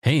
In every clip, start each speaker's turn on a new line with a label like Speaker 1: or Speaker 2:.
Speaker 1: Hey,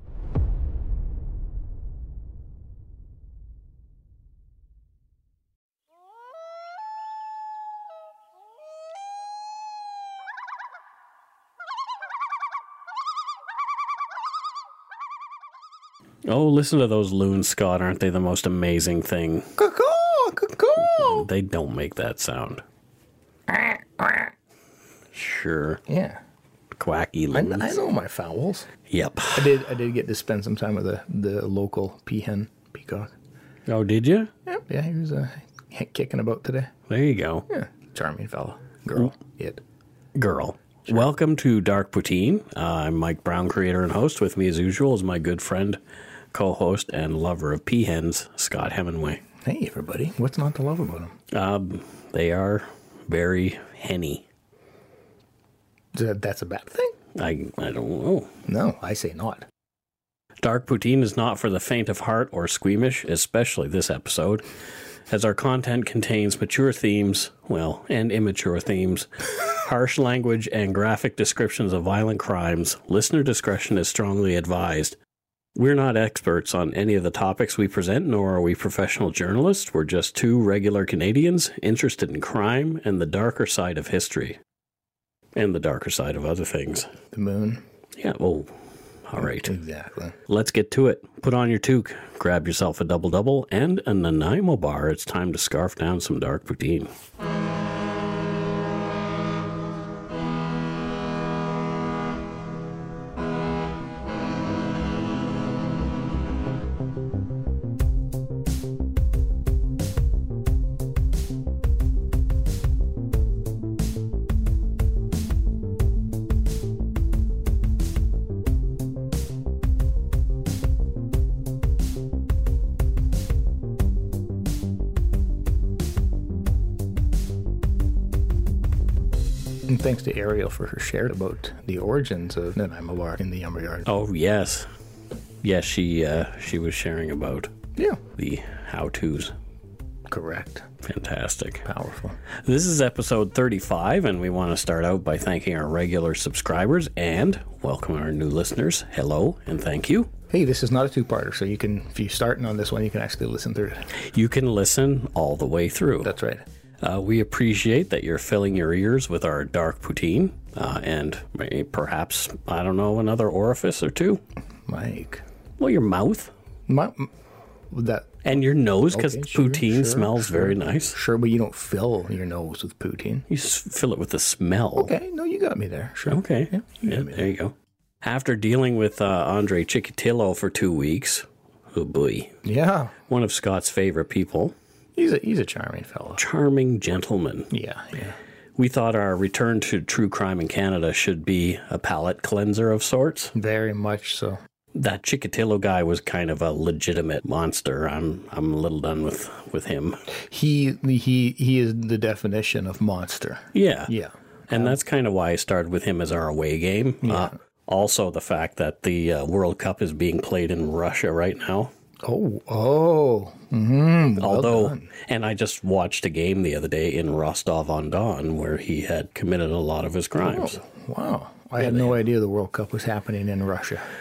Speaker 2: Oh, listen to those loons, Scott. Aren't they the most amazing thing?
Speaker 3: Oh.
Speaker 2: They don't make that sound. Sure.
Speaker 3: Yeah.
Speaker 2: Quacky
Speaker 3: I,
Speaker 2: loons.
Speaker 3: kn- I know my fowls.
Speaker 2: Yep.
Speaker 3: I did I did get to spend some time with the, the local peahen peacock.
Speaker 2: Oh, did you?
Speaker 3: Yep. Yeah, he was uh, he- kicking about today.
Speaker 2: There you go.
Speaker 3: Yeah. Charming fellow. Girl. It.
Speaker 2: Girl. Welcome to Dark Poutine. Uh, I'm Mike Brown, creator and host. With me, as usual, is my good friend, co host, and lover of peahens, Scott Hemingway.
Speaker 3: Hey, everybody. What's not to love about him?
Speaker 2: Um, they are very henny.
Speaker 3: That, that's a bad thing?
Speaker 2: I, I don't know.
Speaker 3: No, I say not.
Speaker 2: Dark Poutine is not for the faint of heart or squeamish, especially this episode, as our content contains mature themes, well, and immature themes, harsh language, and graphic descriptions of violent crimes. Listener discretion is strongly advised. We're not experts on any of the topics we present, nor are we professional journalists. We're just two regular Canadians interested in crime and the darker side of history. And the darker side of other things.
Speaker 3: The moon.
Speaker 2: Yeah, well, all right.
Speaker 3: Exactly.
Speaker 2: Let's get to it. Put on your toque, grab yourself a double double and a Nanaimo bar. It's time to scarf down some dark poutine.
Speaker 3: And thanks to Ariel for her share about the origins of Nanaimo Bar in the Yumber Yard.
Speaker 2: Oh yes, yes. She uh, she was sharing about
Speaker 3: Yeah.
Speaker 2: the how tos.
Speaker 3: Correct.
Speaker 2: Fantastic.
Speaker 3: Powerful.
Speaker 2: This is episode 35, and we want to start out by thanking our regular subscribers and welcome our new listeners. Hello and thank you.
Speaker 3: Hey, this is not a two-parter, so you can, if you're starting on this one, you can actually listen through it.
Speaker 2: You can listen all the way through.
Speaker 3: That's right.
Speaker 2: Uh, we appreciate that you're filling your ears with our dark poutine uh, and may- perhaps, I don't know, another orifice or two.
Speaker 3: Mike.
Speaker 2: Well, your mouth
Speaker 3: My, m- that
Speaker 2: and your nose because
Speaker 3: Okay, sure,
Speaker 2: poutine
Speaker 3: sure,
Speaker 2: smells very nice.
Speaker 3: sure, but you don't fill your nose with poutine.
Speaker 2: You s- fill it with the smell.
Speaker 3: Okay, no, you got me there. Sure.
Speaker 2: Okay. Yeah, there you go. After dealing with uh, Andre Chicatillo for two weeks, oh boy,
Speaker 3: Yeah,
Speaker 2: one of Scott's favorite people,
Speaker 3: he's a he's a charming fellow.
Speaker 2: charming gentleman.
Speaker 3: Yeah, yeah.
Speaker 2: We thought our return to true crime in Canada should be a palate cleanser of sorts.
Speaker 3: Very much so.
Speaker 2: that Chicatillo guy was kind of a legitimate monster. I'm I'm a little done with with him.
Speaker 3: He he he is the definition of monster.
Speaker 2: Yeah,
Speaker 3: Yeah.
Speaker 2: and that's kind of why I started with him as our away game. Uh, also, the fact that the uh, World Cup is being played in Russia right now.
Speaker 3: Oh oh. Mm, well
Speaker 2: Although,
Speaker 3: done.
Speaker 2: and I just watched a game the other day in Rostov on Don where he had committed a lot of his
Speaker 3: Oh,
Speaker 2: crimes.
Speaker 3: wow, I had no idea the World Cup was happening in Russia.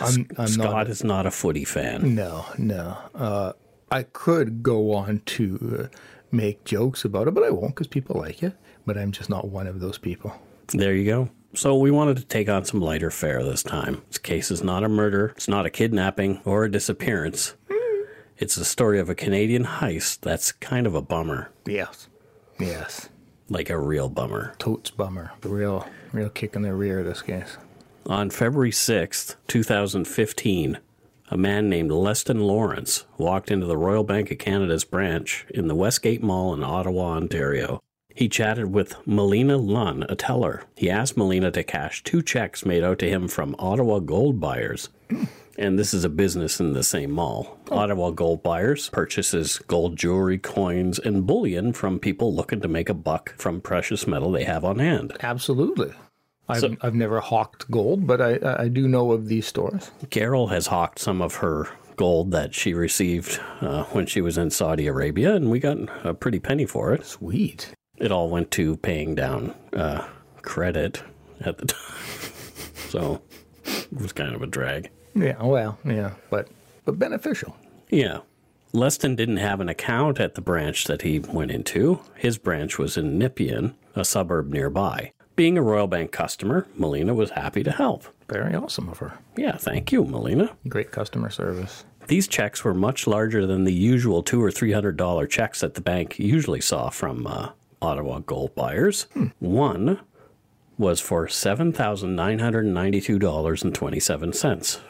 Speaker 3: I'm I'm
Speaker 2: Scott
Speaker 3: not.
Speaker 2: is not a footy fan.
Speaker 3: No, no. Uh, I could go on to. Uh, Make jokes about it, but I won't because people like it. But I'm just not one of those people.
Speaker 2: There you go. So we wanted to take on some lighter fare this time. This case is not a murder, it's not a kidnapping or a disappearance. It's the story of a Canadian heist that's kind of a bummer,
Speaker 3: Yes, yes.
Speaker 2: like a real bummer.
Speaker 3: Totes bummer. Real, real kick in the rear. This case.
Speaker 2: On February 6th, 2015, a man named Leston Lawrence walked into the Royal Bank of Canada's branch in the Westgate Mall in Ottawa, Ontario. He chatted with Melina Lunn, a teller. He asked Melina to cash two checks made out to him from Ottawa gold buyers. and this is a business in the same mall. Ottawa Gold Buyers purchases gold jewelry, coins, and bullion from people looking to make a buck from precious metal they have on hand.
Speaker 3: Absolutely. I've,
Speaker 2: So-
Speaker 3: I've never hawked gold, but I- I, I do know of these stores.
Speaker 2: Carol has hawked some of her gold that she received uh, when she was in Saudi Arabia, and we got a pretty penny for it.
Speaker 3: Sweet.
Speaker 2: It all went to paying down uh, credit at the time. so it was kind of a drag.
Speaker 3: Yeah, well, yeah, but but beneficial.
Speaker 2: Yeah. Leston didn't have an account at the branch that he went into. His branch was in Nippian, a suburb nearby. Being a Royal Bank customer, Melina was happy to help.
Speaker 3: Very awesome of her.
Speaker 2: Yeah, thank you, Melina.
Speaker 3: Great customer service.
Speaker 2: These checks were much larger than the usual two or three hundred dollar checks that the bank usually saw from uh, Ottawa gold buyers. One was for seven thousand nine hundred ninety two dollars and twenty seven cents,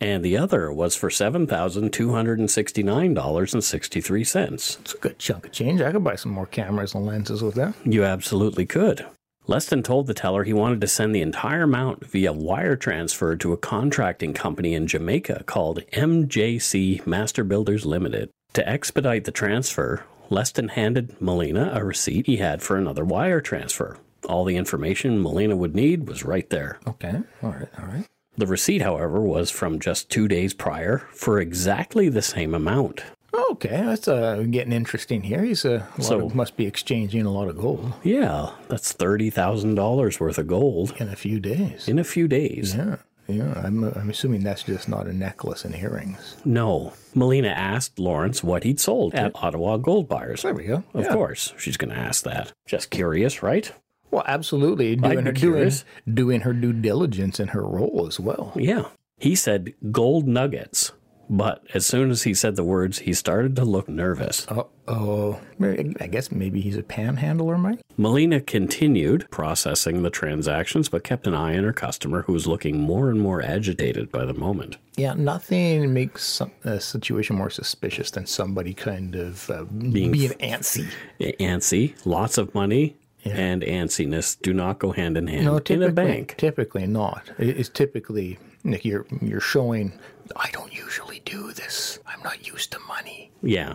Speaker 2: and the other was for seven thousand two hundred sixty nine dollars and sixty three cents.
Speaker 3: It's a good chunk of change. I could buy some more cameras and lenses with that.
Speaker 2: You absolutely could. Leston told the teller he wanted to send the entire amount via wire transfer to a contracting company in Jamaica called MJC Master Builders Limited. To expedite the transfer, Leston handed Molina a receipt he had for another wire transfer. All the information Molina would need was right there.
Speaker 3: Okay. All right. All right.
Speaker 2: The receipt, however, was from just two days prior for exactly the same amount.
Speaker 3: Okay, that's uh, getting interesting here. He's uh, a lot
Speaker 2: So-
Speaker 3: of, must be exchanging a lot of gold
Speaker 2: Yeah, that's $30,000 worth of gold
Speaker 3: in a few days.
Speaker 2: in a few days.
Speaker 3: Yeah, yeah. I'm uh, I'm assuming that's just not a necklace and earrings.
Speaker 2: No. Melina asked Lawrence what he'd sold at Ottawa Gold Buyers.
Speaker 3: There we go.
Speaker 2: Of
Speaker 3: Yeah.
Speaker 2: course, she's going to ask that. Just curious, right?
Speaker 3: Well, absolutely. Doing
Speaker 2: be
Speaker 3: her doing,
Speaker 2: curious.
Speaker 3: doing her due diligence in her role as well.
Speaker 2: Yeah. He said gold nuggets, but as soon as he said the words, he started to look nervous.
Speaker 3: Uh oh. I guess maybe he's a panhandler, Mike.
Speaker 2: Melina continued processing the transactions, but kept an eye on her customer who was looking more and more agitated by the moment.
Speaker 3: Yeah, nothing makes some, a situation more suspicious than somebody kind of uh, being, antsy.
Speaker 2: A- Antsy, lots of money, and antsiness do not go hand in hand in a bank.
Speaker 3: typically not. It- It's typically Nick. You're you're showing. I don't usually do this. I'm not used to money.
Speaker 2: Yeah.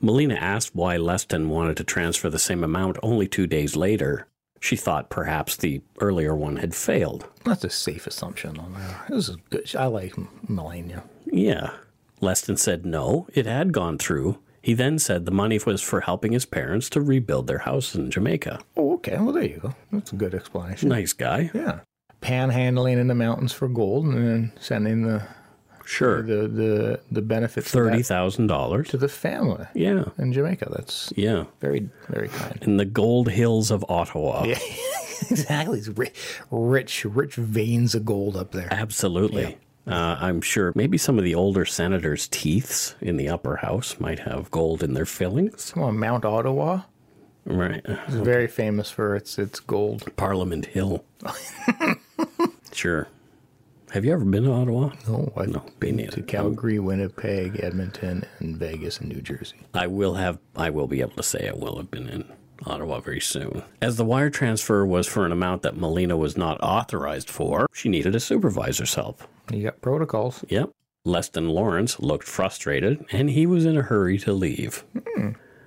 Speaker 2: Melina asked why Leston wanted to transfer the same amount only two days later. She thought perhaps the earlier one had failed.
Speaker 3: That's a safe assumption on that. This is good. I like Melania.
Speaker 2: Yeah. Leston said no, it had gone through. He then said the money was for helping his parents to rebuild their house in Jamaica.
Speaker 3: Oh, okay. Well, there you go. That's a good explanation.
Speaker 2: Nice guy.
Speaker 3: Yeah. Panhandling in the mountains for gold and then sending the
Speaker 2: Sure.
Speaker 3: the the, the benefits of that
Speaker 2: $30,000.
Speaker 3: to the family
Speaker 2: Yeah.
Speaker 3: in Jamaica. That's
Speaker 2: Yeah.
Speaker 3: very very kind.
Speaker 2: In the gold hills of Ottawa.
Speaker 3: Yeah. exactly. It's ri- rich rich veins of gold up there.
Speaker 2: Absolutely. Uh, I'm sure maybe some of the older senators' teeths in the upper house might have gold in their fillings.
Speaker 3: Come on, Mount Ottawa.
Speaker 2: Right.
Speaker 3: It's very famous for its its gold.
Speaker 2: Parliament Hill. sure. Have you ever been to Ottawa?
Speaker 3: No, I
Speaker 2: No, me neither.
Speaker 3: to Calgary, Winnipeg, Edmonton, and Vegas and New Jersey.
Speaker 2: I will have. I will be able to say I will have been in Ottawa very soon. As the wire transfer was for an amount that Melina was not authorized for, she needed a supervisor's help.
Speaker 3: You got protocols.
Speaker 2: Yep. Leston Lawrence looked frustrated, and he was in a hurry to leave.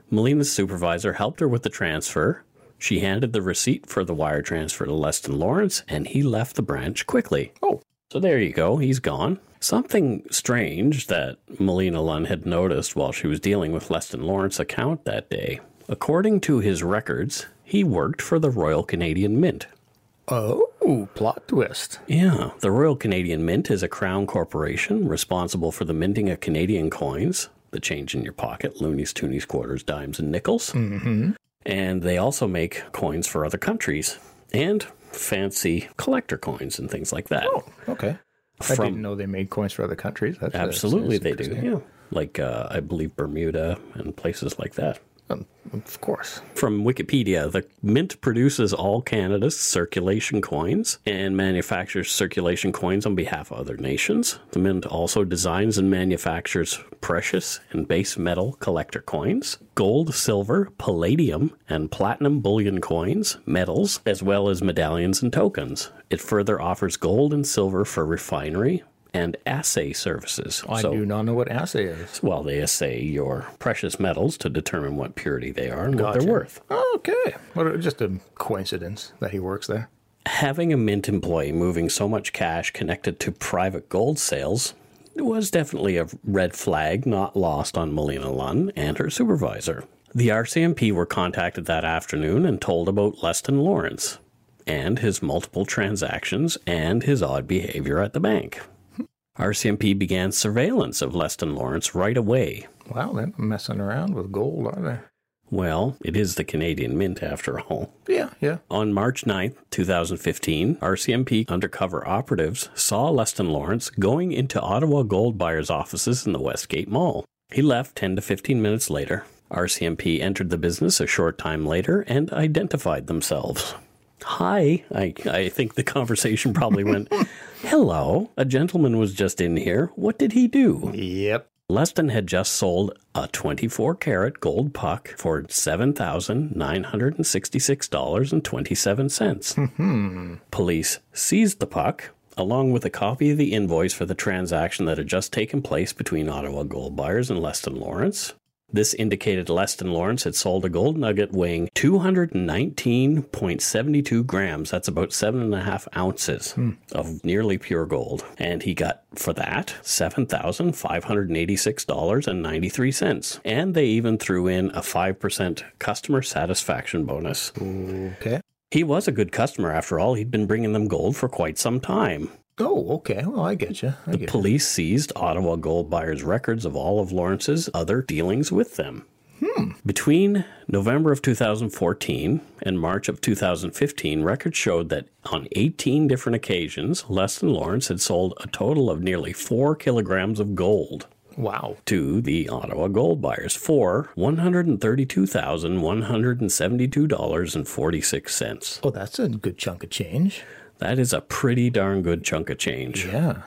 Speaker 2: Melina's supervisor helped her with the transfer. She handed the receipt for the wire transfer to Leston Lawrence, and he left the branch quickly.
Speaker 3: Oh.
Speaker 2: So there you go, he's gone. Something strange that Melina Lunn had noticed while she was dealing with Leston Lawrence's account that day. According to his records, he worked for the Royal Canadian Mint.
Speaker 3: Oh, plot twist.
Speaker 2: Yeah, the Royal Canadian Mint is a crown corporation responsible for the minting of Canadian coins, the change in your pocket, loonies, toonies, quarters, dimes, and nickels. Mm-hmm. And they also make coins for other countries and fancy collector coins and things like that.
Speaker 3: Oh, Okay. I didn't know they made coins for other countries. That's, that's-
Speaker 2: absolutely, they
Speaker 3: that's
Speaker 2: do. Yeah, like uh, I believe Bermuda and places like that.
Speaker 3: Um, of course.
Speaker 2: From Wikipedia, the mint produces all Canada's circulation coins and manufactures circulation coins on behalf of other nations. The mint also designs and manufactures precious and base metal collector coins, gold, silver, palladium, and platinum bullion coins, medals, as well as medallions and tokens. It further offers gold and silver for refinery, and assay services.
Speaker 3: Oh, I
Speaker 2: so,
Speaker 3: do not know what assay is.
Speaker 2: well, they assay your precious metals to determine what purity they are and what
Speaker 3: Gotcha.
Speaker 2: they're worth.
Speaker 3: Okay. What a- just a coincidence that he works there.
Speaker 2: Having a mint employee moving so much cash connected to private gold sales was definitely a red flag not lost on Melina Lunn and her supervisor. The RCMP were contacted that afternoon and told about Leston Lawrence and his multiple transactions and his odd behavior at the bank. RCMP began surveillance of Leston Lawrence right away.
Speaker 3: Wow, they're not messing around with gold, are they?
Speaker 2: Well, it is the Canadian Mint after all.
Speaker 3: Yeah, yeah.
Speaker 2: On March 9th, 2015, RCMP undercover operatives saw Leston Lawrence going into Ottawa gold buyers' offices in the Westgate Mall. He left 10 to 15 minutes later. RCMP entered the business a short time later and identified themselves. Hi. I, I think the conversation probably went, Hello. A gentleman was just in here. What did he do?
Speaker 3: Yep.
Speaker 2: Leston had just sold a 24 karat gold puck for $7,966.27. Police seized the puck, along with a copy of the invoice for the transaction that had just taken place between Ottawa gold buyers and Leston Lawrence. This indicated Leston Lawrence had sold a gold nugget weighing 219.72 grams. That's about seven and a half ounces of nearly pure gold. And he got for that $7,586.93. And they even threw in a 5% customer satisfaction bonus.
Speaker 3: Okay.
Speaker 2: He was a good customer after all. He'd been bringing them gold for quite some time.
Speaker 3: Oh, okay. Well, I get you. I get you.
Speaker 2: Police seized Ottawa gold buyers' records of all of Lawrence's other dealings with them. Between November of 2014 and March of 2015, records showed that on 18 different occasions, Leston Lawrence had sold a total of nearly four kilograms of gold
Speaker 3: Wow.
Speaker 2: to the Ottawa gold buyers for $132,172.46.
Speaker 3: Oh, that's a good chunk of change.
Speaker 2: That is a pretty darn good chunk of change.
Speaker 3: Yeah.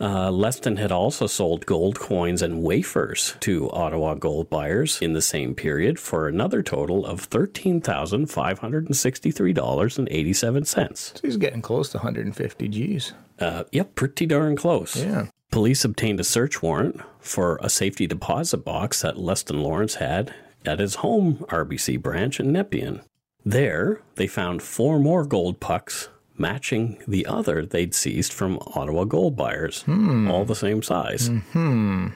Speaker 2: Uh, Leston had also sold gold coins and wafers to Ottawa gold buyers in the same period for another total of $13,563.87.
Speaker 3: So he's getting close to 150 G's.
Speaker 2: Uh, yep, pretty darn close.
Speaker 3: Yeah.
Speaker 2: Police obtained a search warrant for a safety deposit box that Leston Lawrence had at his home RBC branch in Nepean. There, they found four more gold pucks matching the other they'd seized from Ottawa gold buyers, all the same size. The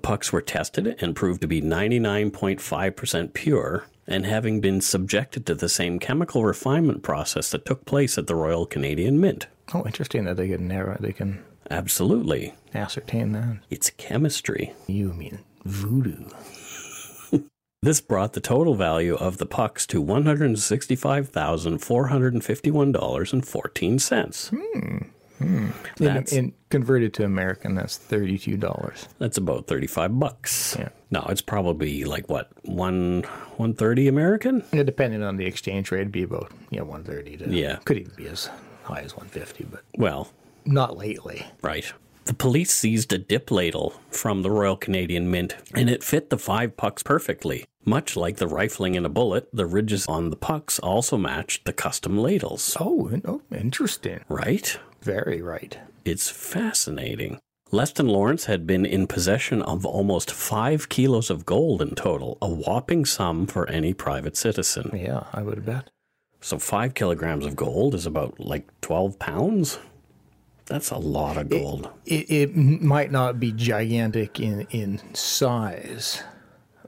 Speaker 2: pucks were tested and proved to be 99.5% pure and having been subjected to the same chemical refinement process that took place at the Royal Canadian Mint.
Speaker 3: Oh, interesting that they can narrow. They can
Speaker 2: Absolutely.
Speaker 3: ascertain that.
Speaker 2: It's chemistry.
Speaker 3: You mean voodoo?
Speaker 2: This brought the total value of the pucks to $165,451.14.
Speaker 3: In,
Speaker 2: That's-
Speaker 3: in converted to American, that's thirty-two dollars.
Speaker 2: That's about 35 bucks.
Speaker 3: Yeah.
Speaker 2: No, it's probably like what, 1 130 American?
Speaker 3: Depending on the exchange rate, it'd be about yeah one thirty to
Speaker 2: Yeah.
Speaker 3: Could even be as high as one fifty, but
Speaker 2: Well,
Speaker 3: not lately.
Speaker 2: right. The police seized a dip ladle from the Royal Canadian Mint, and it fit the five pucks perfectly. Much like the rifling in a bullet, the ridges on the pucks also matched the custom ladles.
Speaker 3: Oh, in- oh, interesting.
Speaker 2: Right?
Speaker 3: Very right.
Speaker 2: It's fascinating. Leston Lawrence had been in possession of almost five kilos of gold in total, a whopping sum for any private citizen.
Speaker 3: Yeah, I would bet.
Speaker 2: So five kilograms of gold is about like 12 pounds? That's a lot of gold.
Speaker 3: It, it might not be gigantic in in size,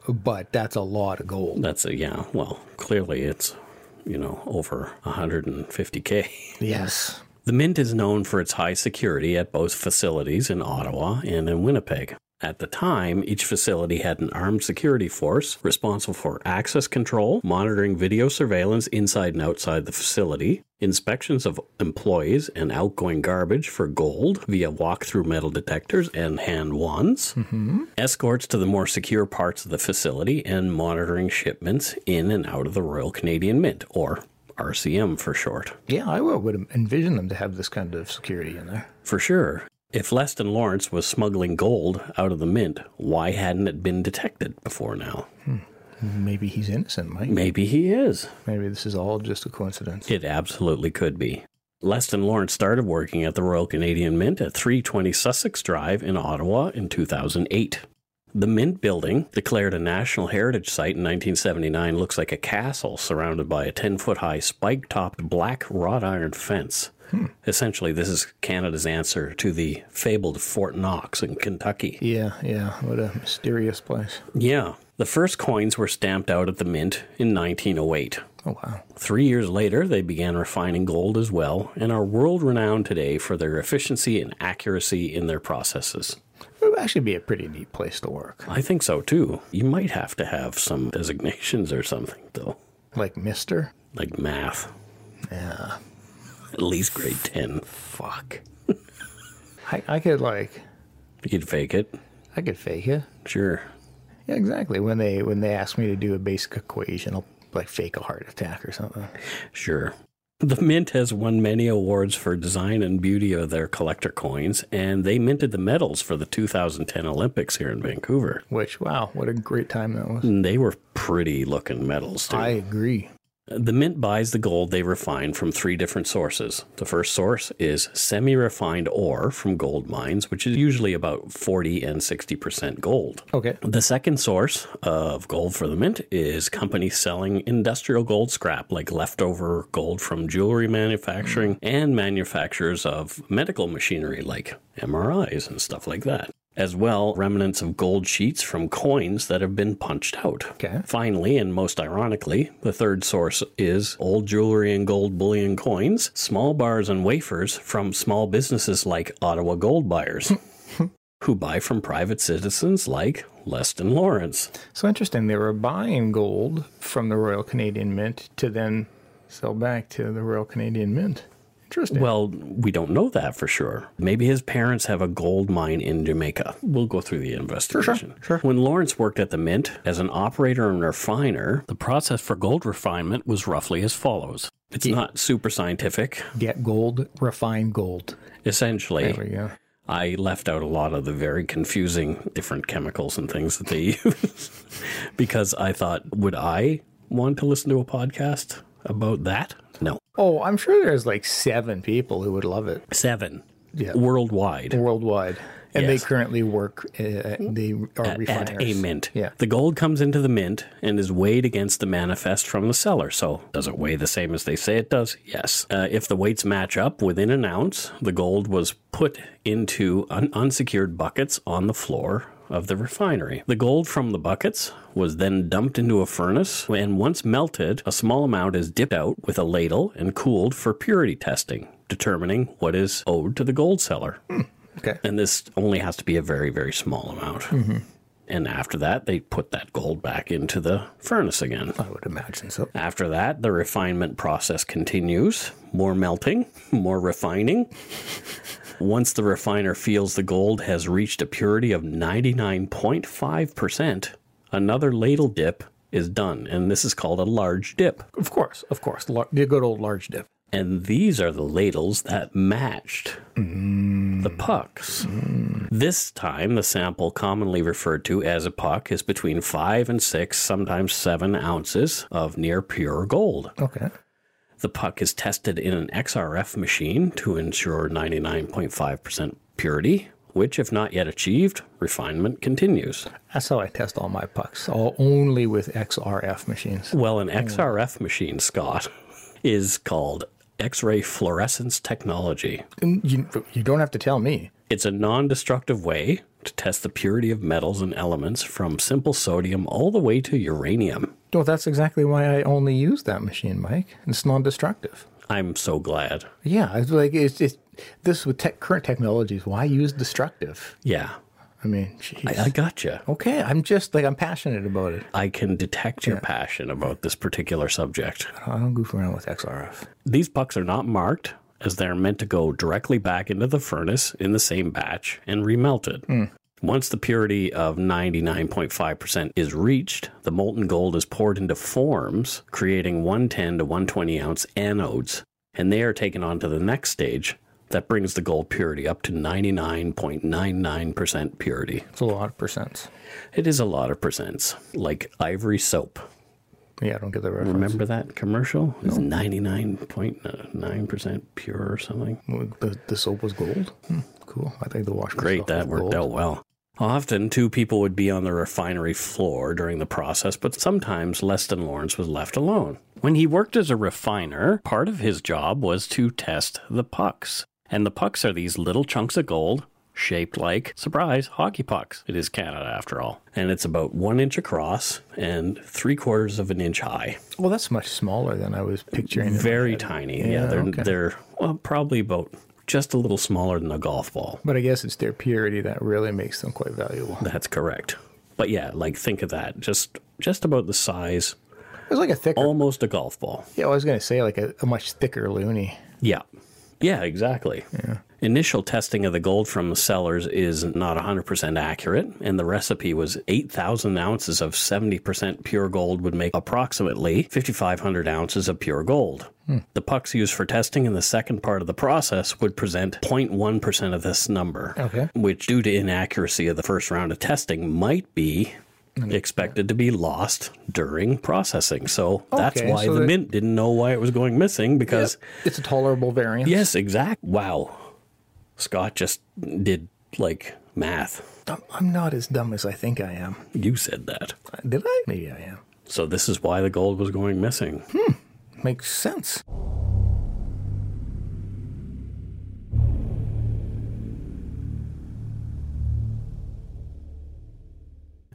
Speaker 3: but that's a lot of gold.
Speaker 2: That's a, yeah, well, clearly it's, you know, over 150K.
Speaker 3: Yes.
Speaker 2: The mint is known for its high security at both facilities in Ottawa and in Winnipeg. At the time, each facility had an armed security force responsible for access control, monitoring video surveillance inside and outside the facility, inspections of employees and outgoing garbage for gold via walk-through metal detectors and hand wands, escorts to the more secure parts of the facility, and monitoring shipments in and out of the Royal Canadian Mint, or RCM for short.
Speaker 3: Yeah, I would- would envision them to have this kind of security in there.
Speaker 2: For sure. If Leston Lawrence was smuggling gold out of the mint, why hadn't it been detected before now?
Speaker 3: Maybe he's innocent, Mike.
Speaker 2: Maybe he is.
Speaker 3: Maybe this is all just a coincidence.
Speaker 2: It absolutely could be. Leston Lawrence started working at the Royal Canadian Mint at 320 Sussex Drive in Ottawa in 2008. The Mint building, declared a National Heritage Site in 1979, looks like a castle surrounded by a 10 foot high spike topped black wrought iron fence. Essentially, this is Canada's answer to the fabled Fort Knox in Kentucky.
Speaker 3: Yeah, yeah. What a mysterious place.
Speaker 2: Yeah, the first coins were stamped out at the Mint in 1908.
Speaker 3: Oh, wow.
Speaker 2: Three years later, they began refining gold as well and are world renowned today for their efficiency and accuracy in their processes.
Speaker 3: It would actually be a pretty neat place to work.
Speaker 2: I think so too. You might have to have some designations or something, though,
Speaker 3: Like Mister.
Speaker 2: like math,
Speaker 3: Yeah.
Speaker 2: at least grade 10.
Speaker 3: Fuck. I, I could like,
Speaker 2: You'd fake it.
Speaker 3: I could fake it.
Speaker 2: Sure.
Speaker 3: Yeah, exactly. When they when they ask me to do a basic equation, I'll like fake a heart attack or something.
Speaker 2: Sure. The Mint has won many awards for design and beauty of their collector coins, and they minted the medals for the 2010 Olympics here in Vancouver.
Speaker 3: Which wow, what a great time that was.
Speaker 2: And they were pretty looking medals, too.
Speaker 3: I agree.
Speaker 2: The mint buys the gold they refine from three different sources. The first source is semi refined ore from gold mines, which is usually about 40 and 60% gold.
Speaker 3: Okay.
Speaker 2: The second source of gold for the mint is companies selling industrial gold scrap, like leftover gold from jewelry manufacturing and manufacturers of medical machinery, like MRIs and stuff like that. As well, remnants of gold sheets from coins that have been punched out.
Speaker 3: Okay.
Speaker 2: Finally, and most ironically, the third source is old jewelry and gold bullion coins, small bars and wafers from small businesses like Ottawa Gold Buyers who buy from private citizens like Leston Lawrence.
Speaker 3: So interesting. They were buying gold from the Royal Canadian Mint to then sell back to the Royal Canadian Mint. Interesting.
Speaker 2: Well, we don't know that for sure. Maybe his parents have a gold mine in Jamaica. We'll go through the investigation.
Speaker 3: sure.
Speaker 2: When Lawrence worked at the mint as an operator and refiner, the process for gold refinement was roughly as follows. It's not super scientific,
Speaker 3: Get gold, refine gold.
Speaker 2: essentially.
Speaker 3: There we go.
Speaker 2: I left out a lot of the very confusing different chemicals and things that they use because I thought, would I want to listen to a podcast about that? No.
Speaker 3: Oh, I'm sure there's like seven people who would love it
Speaker 2: Seven
Speaker 3: Yeah.
Speaker 2: worldwide
Speaker 3: worldwide, and
Speaker 2: Yes.
Speaker 3: they currently work. Uh, they are refiners.
Speaker 2: at a mint.
Speaker 3: Yeah.
Speaker 2: The gold comes into the mint and is weighed against the manifest from the seller. So, does it weigh the same as they say it does? Yes. Uh, if the weights match up within an ounce, the gold was put into un- unsecured buckets on the floor of the refinery. The gold from the buckets was then dumped into a furnace, and once melted, a small amount is dipped out with a ladle and cooled for purity testing, determining what is owed to the gold seller
Speaker 3: Okay.
Speaker 2: and this only has to be a very very small amount and after that they put that gold back into the furnace again
Speaker 3: I would imagine so.
Speaker 2: after that the refinement process continues more melting more refining once the refiner feels the gold has reached a purity of 99.5% another ladle dip is done and this is called a large dip
Speaker 3: Of course, of course, lar- the good old large dip.
Speaker 2: and these are the ladles that matched the pucks. This time, the sample, commonly referred to as a puck, is between five and six, sometimes seven ounces of near pure gold.
Speaker 3: Okay.
Speaker 2: The puck is tested in an XRF machine to ensure 99.5% purity, which, if not yet achieved, refinement continues.
Speaker 3: That's how I test all my pucks, all only with XRF machines.
Speaker 2: Well, an XRF machine, Scott, is called X ray fluorescence technology.
Speaker 3: And You, you don't have to tell me.
Speaker 2: It's a non destructive way to test the purity of metals and elements from simple sodium all the way to uranium.
Speaker 3: Well, that's exactly why I only use that machine, Mike. It's non-destructive.
Speaker 2: I'm so glad.
Speaker 3: Yeah, it's like it's just this with tech, current technologies. Why use destructive?
Speaker 2: Yeah,
Speaker 3: I mean, jeez.
Speaker 2: I, I gotcha.
Speaker 3: okay, I'm just like I'm passionate about it.
Speaker 2: I can detect your passion about this particular subject.
Speaker 3: I don't goof around with XRF.
Speaker 2: These pucks are not marked, as they're meant to go directly back into the furnace in the same batch and remelted. Once the purity of 99.5% is reached, the molten gold is poured into forms, creating 110 to 120 ounce anodes, and they are taken on to the next stage that brings the gold purity up to 99.99% purity.
Speaker 3: It's a lot of percents.
Speaker 2: It is a lot of percents, like ivory soap.
Speaker 3: Yeah, I don't get the reference.
Speaker 2: Remember that commercial? It was 99.9% pure or something.
Speaker 3: Well, The, the soap was gold. Hmm, cool. I think the wash.
Speaker 2: Great, that worked out well. Often, two people would be on the refinery floor during the process, but sometimes Leston Lawrence was left alone. When he worked as a refiner, part of his job was to test the pucks. And the pucks are these little chunks of gold shaped like, surprise, hockey pucks. It is Canada after all. And it's about one inch across and three quarters of an inch high.
Speaker 3: Well, that's much smaller than I was picturing. it.
Speaker 2: Very tiny. Yeah,
Speaker 3: Yeah,
Speaker 2: they're,
Speaker 3: okay.
Speaker 2: they're well, probably about just a little smaller than a golf ball.
Speaker 3: But I guess it's their purity that really makes them quite valuable.
Speaker 2: That's correct. But yeah, like think of that. Just just about the size,
Speaker 3: It's like a thicker.
Speaker 2: almost a golf ball.
Speaker 3: yeah, I was gonna say like a, a much thicker loony.
Speaker 2: Yeah. Yeah, exactly. Initial testing of the gold from the cellars is not 100% accurate, and the recipe was 8,000 ounces of 70% pure gold would make approximately 5,500 ounces of pure gold.
Speaker 3: Hmm.
Speaker 2: The pucks used for testing in the second part of the process would present 0.1% of this number,
Speaker 3: Okay.
Speaker 2: which, due to inaccuracy of the first round of testing, might be expected to be lost during processing. So that's
Speaker 3: Okay,
Speaker 2: why
Speaker 3: so
Speaker 2: the
Speaker 3: that-
Speaker 2: mint didn't know why it was going missing because.
Speaker 3: It's a tolerable variance.
Speaker 2: Yes, exact. Wow. Scott just did like math.
Speaker 3: I'm, I'm not as dumb as I think I am.
Speaker 2: You said that.
Speaker 3: Did I? Maybe I am.
Speaker 2: So this is why the gold was going missing.
Speaker 3: Makes sense.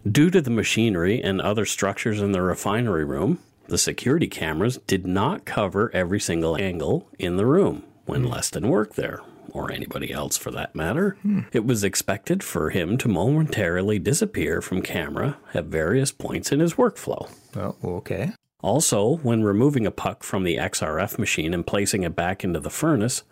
Speaker 2: Due to the machinery and other structures in the refinery room, the security cameras did not cover every single angle in the room when Leston worked there, or anybody else for that matter. It was expected for him to momentarily disappear from camera at various points in his workflow.
Speaker 3: Oh, okay.
Speaker 2: Also, when removing a puck from the XRF machine and placing it back into the furnace,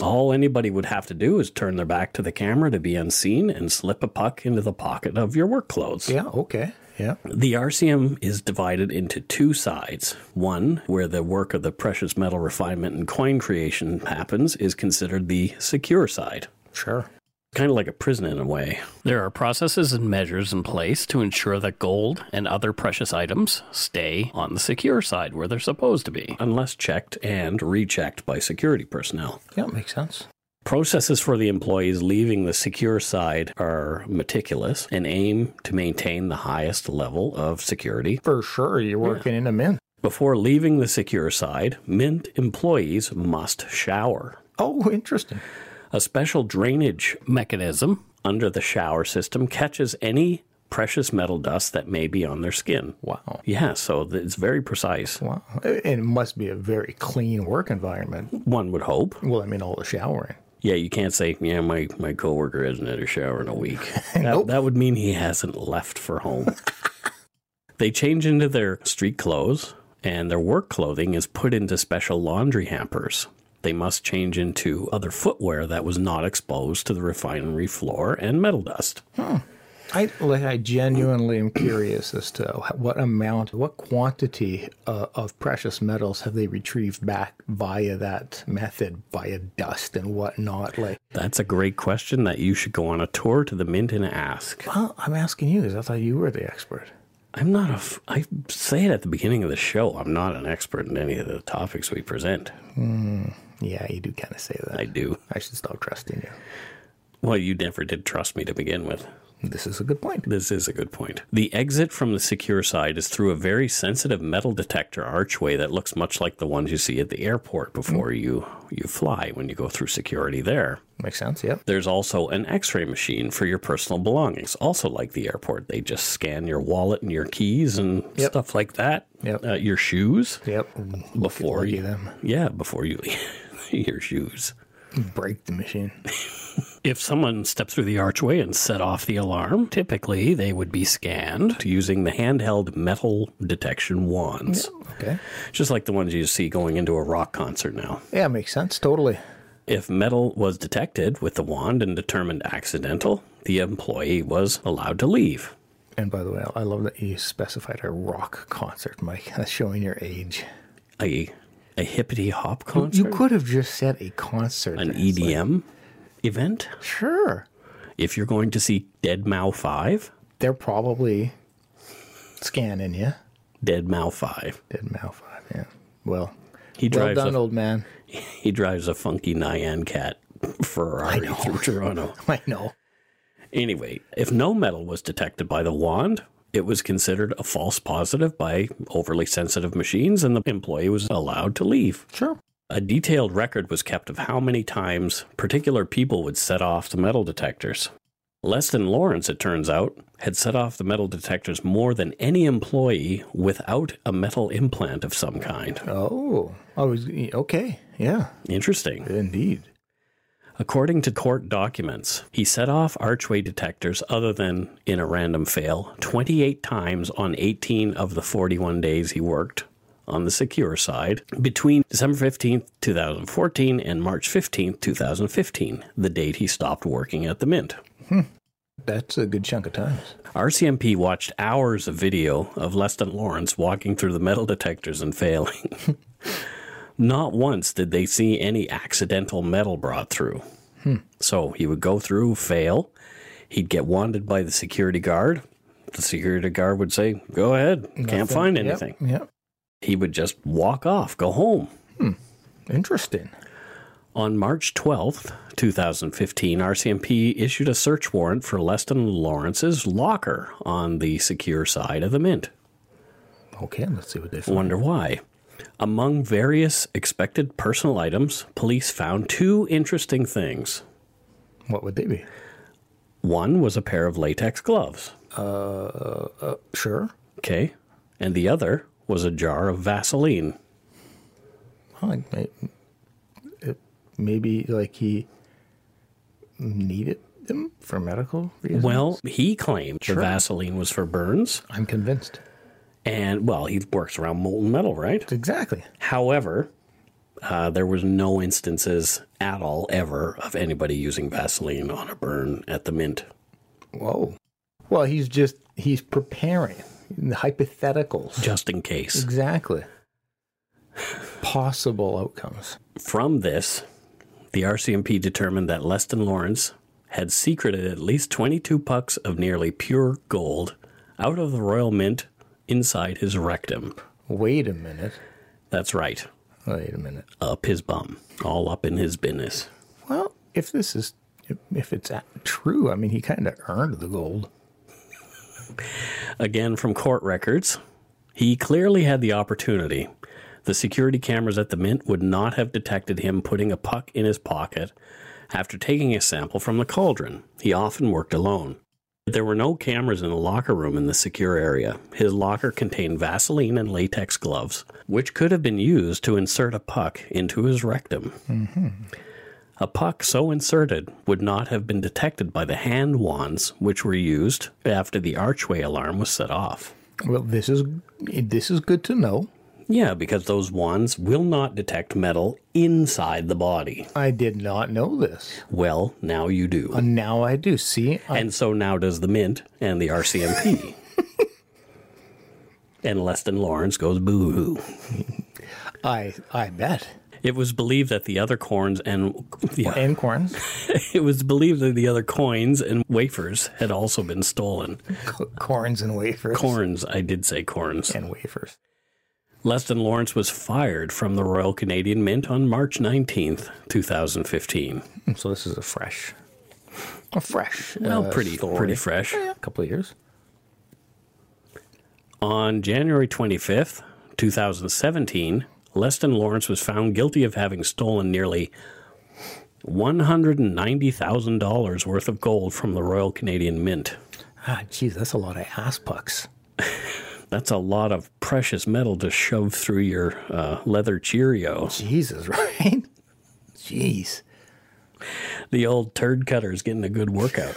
Speaker 2: all anybody would have to do is turn their back to the camera to be unseen and slip a puck into the pocket of your work clothes.
Speaker 3: Yeah. Okay. Yeah.
Speaker 2: The RCM is divided into two sides. One, where the work of the precious metal refinement and coin creation happens, is considered the secure side
Speaker 3: Sure.
Speaker 2: kind of like a prison in a way.
Speaker 4: There are processes and measures in place to ensure that gold and other precious items stay on the secure side where they're supposed to be.
Speaker 2: Unless checked and rechecked by security personnel.
Speaker 3: Yeah, makes sense.
Speaker 2: Processes for the employees leaving the secure side are meticulous and aim to maintain the highest level of security.
Speaker 3: For sure. You're working in a mint.
Speaker 2: Before leaving the secure side, Mint employees must shower.
Speaker 3: Oh, interesting.
Speaker 2: A special drainage
Speaker 4: Mechanism
Speaker 2: under the shower system catches any precious metal dust that may be on their skin.
Speaker 3: Wow.
Speaker 2: Yeah, so th- it's very precise,
Speaker 3: Wow. And it must be a very clean work environment.
Speaker 2: one would hope.
Speaker 3: Well, I mean, all the showering.
Speaker 2: Yeah, you can't say, yeah, my, my coworker hasn't had a shower in a week. That,
Speaker 3: Nope.
Speaker 2: that would mean he hasn't left for home. they change into their street clothes, and their work clothing is put into special laundry hampers. They must change into other footwear that was not exposed to the refinery floor and metal dust.
Speaker 3: I like. I genuinely am curious as to what amount, what quantity uh, of precious metals have they retrieved back via that method, via dust and whatnot. Like,
Speaker 2: That's a great question that you should go on a tour to the mint and ask.
Speaker 3: well, I'm asking you because I thought you were the expert.
Speaker 2: I'm not a. F- I say it at the beginning of the show. I'm not an expert in any of the topics we present.
Speaker 3: Yeah, you do kind of say that.
Speaker 2: I
Speaker 3: I,
Speaker 2: do.
Speaker 3: should stop trusting you.
Speaker 2: Well, you never did trust me to begin with.
Speaker 3: This is a good point.
Speaker 2: This is a good point. The exit from the secure side is through a very sensitive metal detector archway that looks much like the ones you see at the airport before you you fly when you go through security there.
Speaker 3: Makes sense. Yep.
Speaker 2: There's also an x-ray machine for your personal belongings, also like the airport. They just scan your wallet and your keys and
Speaker 3: Yep.
Speaker 2: stuff like that.
Speaker 3: Yep.
Speaker 2: Uh, your shoes
Speaker 3: Yep.
Speaker 2: before
Speaker 3: Lucky
Speaker 2: you
Speaker 3: them.
Speaker 2: Yeah, before you your shoes.
Speaker 3: Break the machine.
Speaker 4: If someone stepped through the archway and set off the alarm, typically they would be scanned.
Speaker 2: Using the handheld metal detection wands.
Speaker 3: Okay.
Speaker 2: just like the ones you see going into a rock concert now.
Speaker 3: Yeah, makes sense. Totally.
Speaker 2: If metal was detected with the wand and determined accidental, the employee was allowed to leave.
Speaker 3: And by the way, I love that you specified a rock concert, Mike. That's showing your age.
Speaker 2: A a hippity hop concert,
Speaker 3: You could have just said a concert.
Speaker 2: an
Speaker 3: and it's like,
Speaker 2: EDM event.
Speaker 3: sure.
Speaker 2: If you're going to see Dead Mao Five,
Speaker 3: They're probably scanning you.
Speaker 2: Dead Mal Five.
Speaker 3: Dead Malphite, yeah. Well,
Speaker 2: He
Speaker 3: well
Speaker 2: drives
Speaker 3: done,
Speaker 2: a,
Speaker 3: old man.
Speaker 2: he drives a funky Nyan Cat Ferrari through Toronto.
Speaker 3: I know.
Speaker 2: Anyway, if no metal was detected by the wand, it was considered a false positive by overly sensitive machines, and the employee was allowed to leave.
Speaker 3: Sure.
Speaker 2: A detailed record was kept of how many times particular people would set off the metal detectors. Leston Lawrence, it turns out, had set off the metal detectors more than any employee without a metal implant of some kind.
Speaker 3: Oh, I was okay. Yeah,
Speaker 2: Interesting.
Speaker 3: indeed.
Speaker 2: According to court documents, he set off archway detectors other than in a random fail 28 times on 18 of the 41 days he worked on the secure side between December 15th, 2014 and March 15th, 2015, the date he stopped working at the mint.
Speaker 3: That's a good chunk of times.
Speaker 2: RCMP watched hours of video of Leston Lawrence walking through the metal detectors and failing. Not once did they see any accidental metal brought through. So he would go through, fail. He'd get wanted by the security guard. The security guard would say, Go ahead, can't find
Speaker 3: Yep,
Speaker 2: anything.
Speaker 3: Yep.
Speaker 2: He would just walk off, go home.
Speaker 3: Interesting.
Speaker 2: On March 12th, 2015, RCMP issued a search warrant for Leston Lawrence's locker on the secure side of the mint.
Speaker 3: Okay, let's see what they find.
Speaker 2: Wonder why. Among various expected personal items, police found two interesting things.
Speaker 3: What would they be?
Speaker 2: One was a pair of latex gloves,
Speaker 3: Sure.
Speaker 2: okay? And the other was a jar of Vaseline.
Speaker 3: Well, like, may- it- maybe like he needed them for medical reasons.
Speaker 2: Well, he claimed the Vaseline was for burns,
Speaker 3: I'm convinced.
Speaker 2: and well, he works around molten metal, right?
Speaker 3: Exactly.
Speaker 2: However, uh, there was no instances at all ever of anybody using Vaseline on a burn at the mint.
Speaker 3: Whoa. Well, he's just he's preparing hypotheticals.
Speaker 2: Just in case.
Speaker 3: Exactly. Possible outcomes.
Speaker 2: From this, the RCMP determined that Leston Lawrence had secreted at least 22 pucks of nearly pure gold out of the Royal Mint inside his rectum.
Speaker 3: Wait a minute.
Speaker 2: That's right,
Speaker 3: Wait a minute.
Speaker 2: up his bum, all up in his business.
Speaker 3: Well, if this is if it's a- true, I mean, he kind of earned the gold.
Speaker 2: Again, from court records, he clearly had the opportunity. The security cameras at the mint would not have detected him putting a puck in his pocket after taking a sample from the cauldron. He often worked alone. There were no cameras in the locker room in the secure area. His locker contained Vaseline and latex gloves, which could have been used to insert a puck into his rectum. A puck so inserted would not have been detected by the hand wands which were used after the archway alarm was set off.
Speaker 3: Well, this is this is good to know.
Speaker 2: Yeah, because those wands will not detect metal inside the body.
Speaker 3: I did not know this.
Speaker 2: Well, now you do.
Speaker 3: And now I do see. I,
Speaker 2: And so now does the mint and the RCMP. and Leston Lawrence goes boo hoo.
Speaker 3: I I bet.
Speaker 2: It was believed that the other corns and yeah,
Speaker 3: And corn.
Speaker 2: it was believed that the other coins and wafers had also been stolen.
Speaker 3: Co- corns and wafers.
Speaker 2: Corns, I did say corns.
Speaker 3: and wafers.
Speaker 2: Leston Lawrence was fired from the Royal Canadian Mint on March 19th, 2015.
Speaker 3: Hmm, So this is a fresh, a fresh.
Speaker 2: Well,
Speaker 3: uh,
Speaker 2: pretty
Speaker 3: story.
Speaker 2: pretty fresh.
Speaker 3: Yeah, a couple of years.
Speaker 2: On January 25th, 2017, Leston Lawrence was found guilty of having stolen nearly $190,000 worth of gold from the Royal Canadian Mint.
Speaker 3: Ah, geez, that's a lot of ass pucks.
Speaker 2: That's a lot of precious metal to shove through your uh, leather Cheerio.
Speaker 3: Jesus, right? Jeez,
Speaker 2: The old turd cutter's getting a good workout.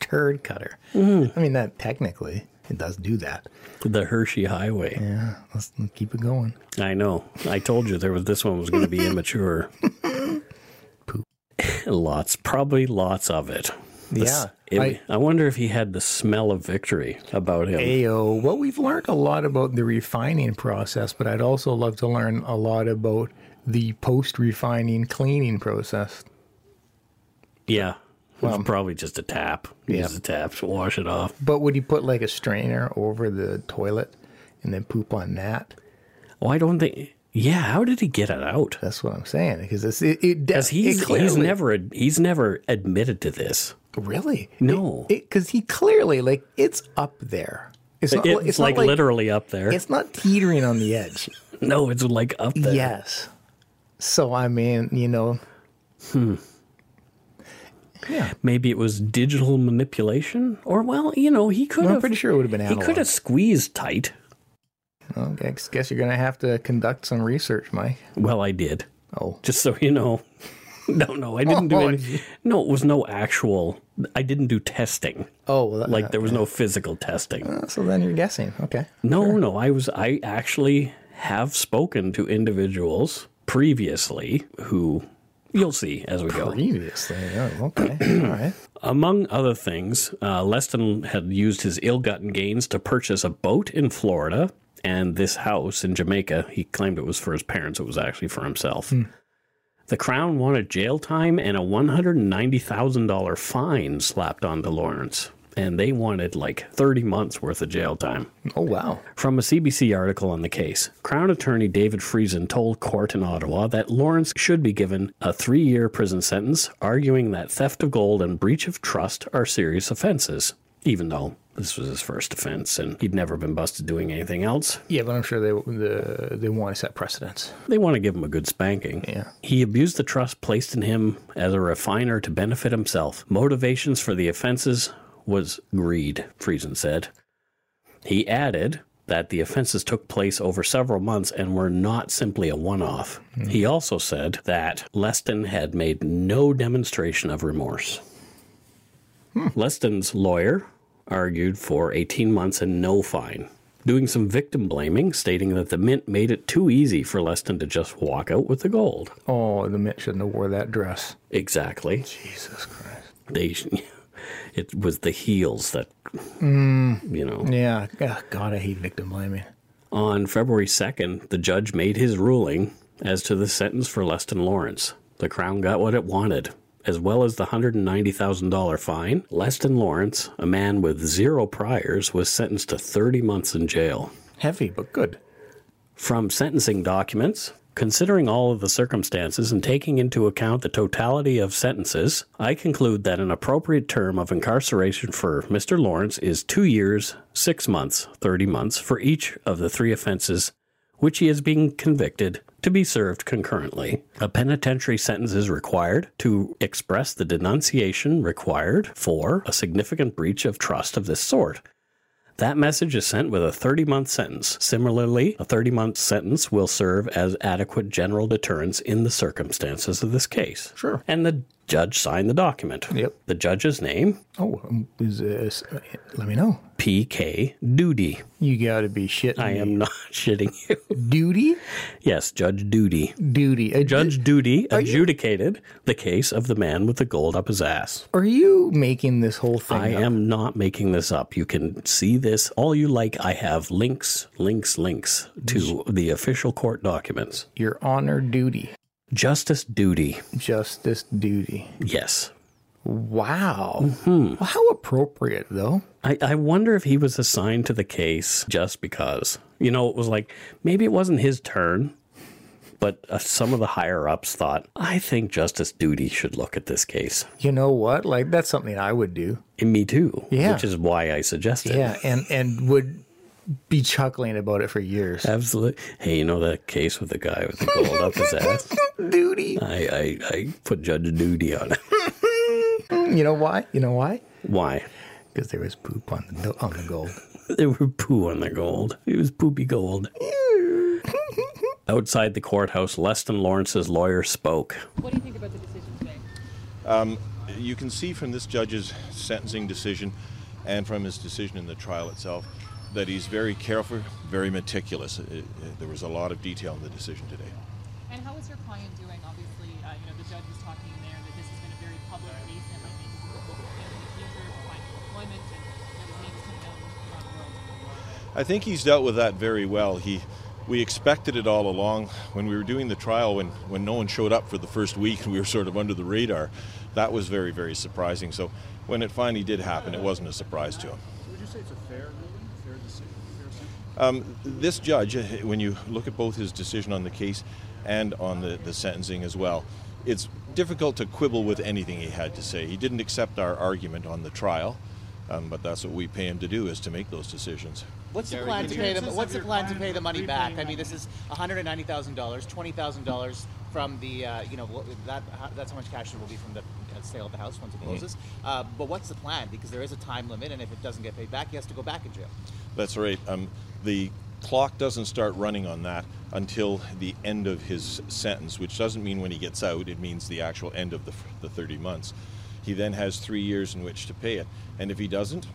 Speaker 3: turd cutter. I mean, that technically it does do that.
Speaker 2: the Hershey Highway.
Speaker 3: Yeah, let's keep it going.
Speaker 2: I know. I told you there was this one was going to be immature. lots, probably lots of it. This-
Speaker 3: Yeah,
Speaker 2: it- I, wonder if he had the smell of victory about him.
Speaker 3: Ayo. Well, we've learned a lot about the refining process, but I'd also love to learn a lot about the post-refining cleaning process.
Speaker 2: yeah. It was probably just a tap. Use the tap, wash it off.
Speaker 3: But would he put like a strainer over the toilet and then poop on that.
Speaker 2: Why don't they? Yeah, how did he get it out?
Speaker 3: That's what I'm saying because it's it, it,
Speaker 2: Because he's
Speaker 3: it clearly,
Speaker 2: he's never he's never admitted to this.
Speaker 3: really
Speaker 2: No.
Speaker 3: because he clearly like it's up there. It's not,
Speaker 2: It's,
Speaker 3: it's
Speaker 2: like,
Speaker 3: not like
Speaker 2: literally up there.
Speaker 3: It's not teetering on the edge.
Speaker 2: no, it's like up there.
Speaker 3: Yes. So I mean, you know,
Speaker 2: Maybe it was digital manipulation, or well, you know, he could
Speaker 3: I'm
Speaker 2: have.
Speaker 3: pretty sure it would have been
Speaker 2: he
Speaker 3: analog.
Speaker 2: could have squeezed tight.
Speaker 3: Okay, I guess you're gonna have to conduct some research, Mike.
Speaker 2: Well, I did.
Speaker 3: Oh,
Speaker 2: Just so you know. No, no, I didn't do
Speaker 3: Oh,
Speaker 2: any.
Speaker 3: gee.
Speaker 2: No, it was no actual. I didn't do testing.
Speaker 3: oh, well, that,
Speaker 2: Like there was no physical testing.
Speaker 3: So then you're guessing. Okay.
Speaker 2: No, no, I was. I actually have spoken to individuals previously who you'll see as we go.
Speaker 3: Previously, oh, okay, all right.
Speaker 2: Among other things, uh, Leston had used his ill-gotten gains to purchase a boat in Florida and this house in Jamaica. He claimed it was for his parents; it was actually for himself. The Crown wanted jail time and a one hundred ninety thousand dollar fine slapped onto Lawrence, and they wanted like thirty months worth of jail time.
Speaker 3: Oh wow.
Speaker 2: From a CBC article on the case, Crown Attorney David Friesen told court in Ottawa that Lawrence should be given a three year prison sentence, arguing that theft of gold and breach of trust are serious offenses, even though this was his first offense and he'd never been busted doing anything else.
Speaker 3: Yeah, but I'm sure they the, they want to set precedents.
Speaker 2: They want to give him a good spanking.
Speaker 3: Yeah.
Speaker 2: He abused the trust placed in him as a refiner to benefit himself. Motivations for the offenses was greed, Friesen said. He added that the offenses took place over several months and were not simply a one off. He also said that Leston had made no demonstration of remorse. Leston's lawyer argued for 18 months and no fine, doing some victim blaming, stating that the mint made it too easy for Leston to just walk out with the gold.
Speaker 3: Oh, the Mint shouldn't have wore that dress.
Speaker 2: Exactly.
Speaker 3: Jesus Christ.
Speaker 2: They, it was the heels that, you know.
Speaker 3: Yeah. ah, God, I hate victim blaming.
Speaker 2: On February 2nd, the judge made his ruling as to the sentence for Leston Lawrence. The Crown got what it wanted, as well as the $190,000 fine. Leston Lawrence, a man with zero priors, was sentenced to 30 months in jail.
Speaker 3: Heavy, but good.
Speaker 2: From sentencing documents, considering all of the circumstances and taking into account the totality of sentences, I conclude that an appropriate term of incarceration for Mr. Lawrence is two years, six months, 30 months for each of the three offenses which he is being convicted to be served concurrently. A penitentiary sentence is required to express the denunciation required for a significant breach of trust of this sort. That message is sent with a 30 month sentence. Similarly, a 30 month sentence will serve as adequate general deterrence in the circumstances of this case.
Speaker 3: Sure.
Speaker 2: And the judge signed the document.
Speaker 3: Yep.
Speaker 2: The judge's name,
Speaker 3: Oh, um, is this, let me know.
Speaker 2: P.K. Duty.
Speaker 3: You got to be shitting.
Speaker 2: I am not shitting you.
Speaker 3: duty,
Speaker 2: Yes, Judge Duty.
Speaker 3: duty. Uh, A judge.
Speaker 2: Judge Duty adjudicated the case of the man with the gold up his ass.
Speaker 3: Are you making this whole thing?
Speaker 2: I
Speaker 3: up?
Speaker 2: am not making this up. You can see this all you like. I have links, links, links to the official court documents.
Speaker 3: Your honor, duty,
Speaker 2: Justice Duty.
Speaker 3: justice, duty.
Speaker 2: Yes.
Speaker 3: Wow.
Speaker 2: Mm-hmm.
Speaker 3: Well, how appropriate, though.
Speaker 2: I, I wonder if he was assigned to the case just because. You know, it was like maybe it wasn't his turn, but uh, some of the higher ups thought, I think Justice Duty should look at this case.
Speaker 3: You know what? Like that's something I would do.
Speaker 2: And me too.
Speaker 3: Yeah.
Speaker 2: Which is why I suggested.
Speaker 3: Yeah, and and would be chuckling about it for years.
Speaker 2: Absolutely. Hey, you know that case with the guy with the gold up his ass?
Speaker 3: Duty.
Speaker 2: I, I, I put Judge Duty on it.
Speaker 3: You know why? You know why?
Speaker 2: Why?
Speaker 3: Because there was poop on the on the gold.
Speaker 2: There were poo on the gold. It was poopy gold. Outside the courthouse, Leston Lawrence's lawyer spoke.
Speaker 5: What do you think about the decision today?
Speaker 6: You can see from this judge's sentencing decision and from his decision in the trial itself that he's very careful, very meticulous. Uh, uh, there was a lot of detail in the decision today.
Speaker 5: And how is your client doing? Obviously, uh, you know, the judge was talking there that this has been a very public case that might make him in the future find employment and that his name's coming out around the world.
Speaker 6: I think he's dealt with that very well. He, we expected it all along. When we were doing the trial, when, when no one showed up for the first week and we were sort of under the radar, that was very, very surprising. So when it finally did happen, it wasn't a surprise to him.
Speaker 7: Would you say it's a fair ruling, fair decision, fair sentence?
Speaker 6: Um, this judge, uh, when you look at both his decision on the case and on the, the sentencing as well, it's difficult to quibble with anything he had to say. He didn't accept our argument on the trial, um, but that's what we pay him to do is to make those decisions.
Speaker 7: What's the plan to pay the What's the plan to pay the money back? I mean, this is one hundred ninety thousand dollars, twenty thousand dollars from the uh, you know wha- that that's how much cash there will be from the uh, sale of the house once it closes. Uh, but what's the plan? Because there is a time limit, and if it doesn't get paid back, he has to go back in jail.
Speaker 6: That's right. Um, the clock doesn't start running on that until the end of his sentence, which doesn't mean when he gets out. It means the actual end of the, the 30 months. He then has three years in which to pay it. And if he doesn't,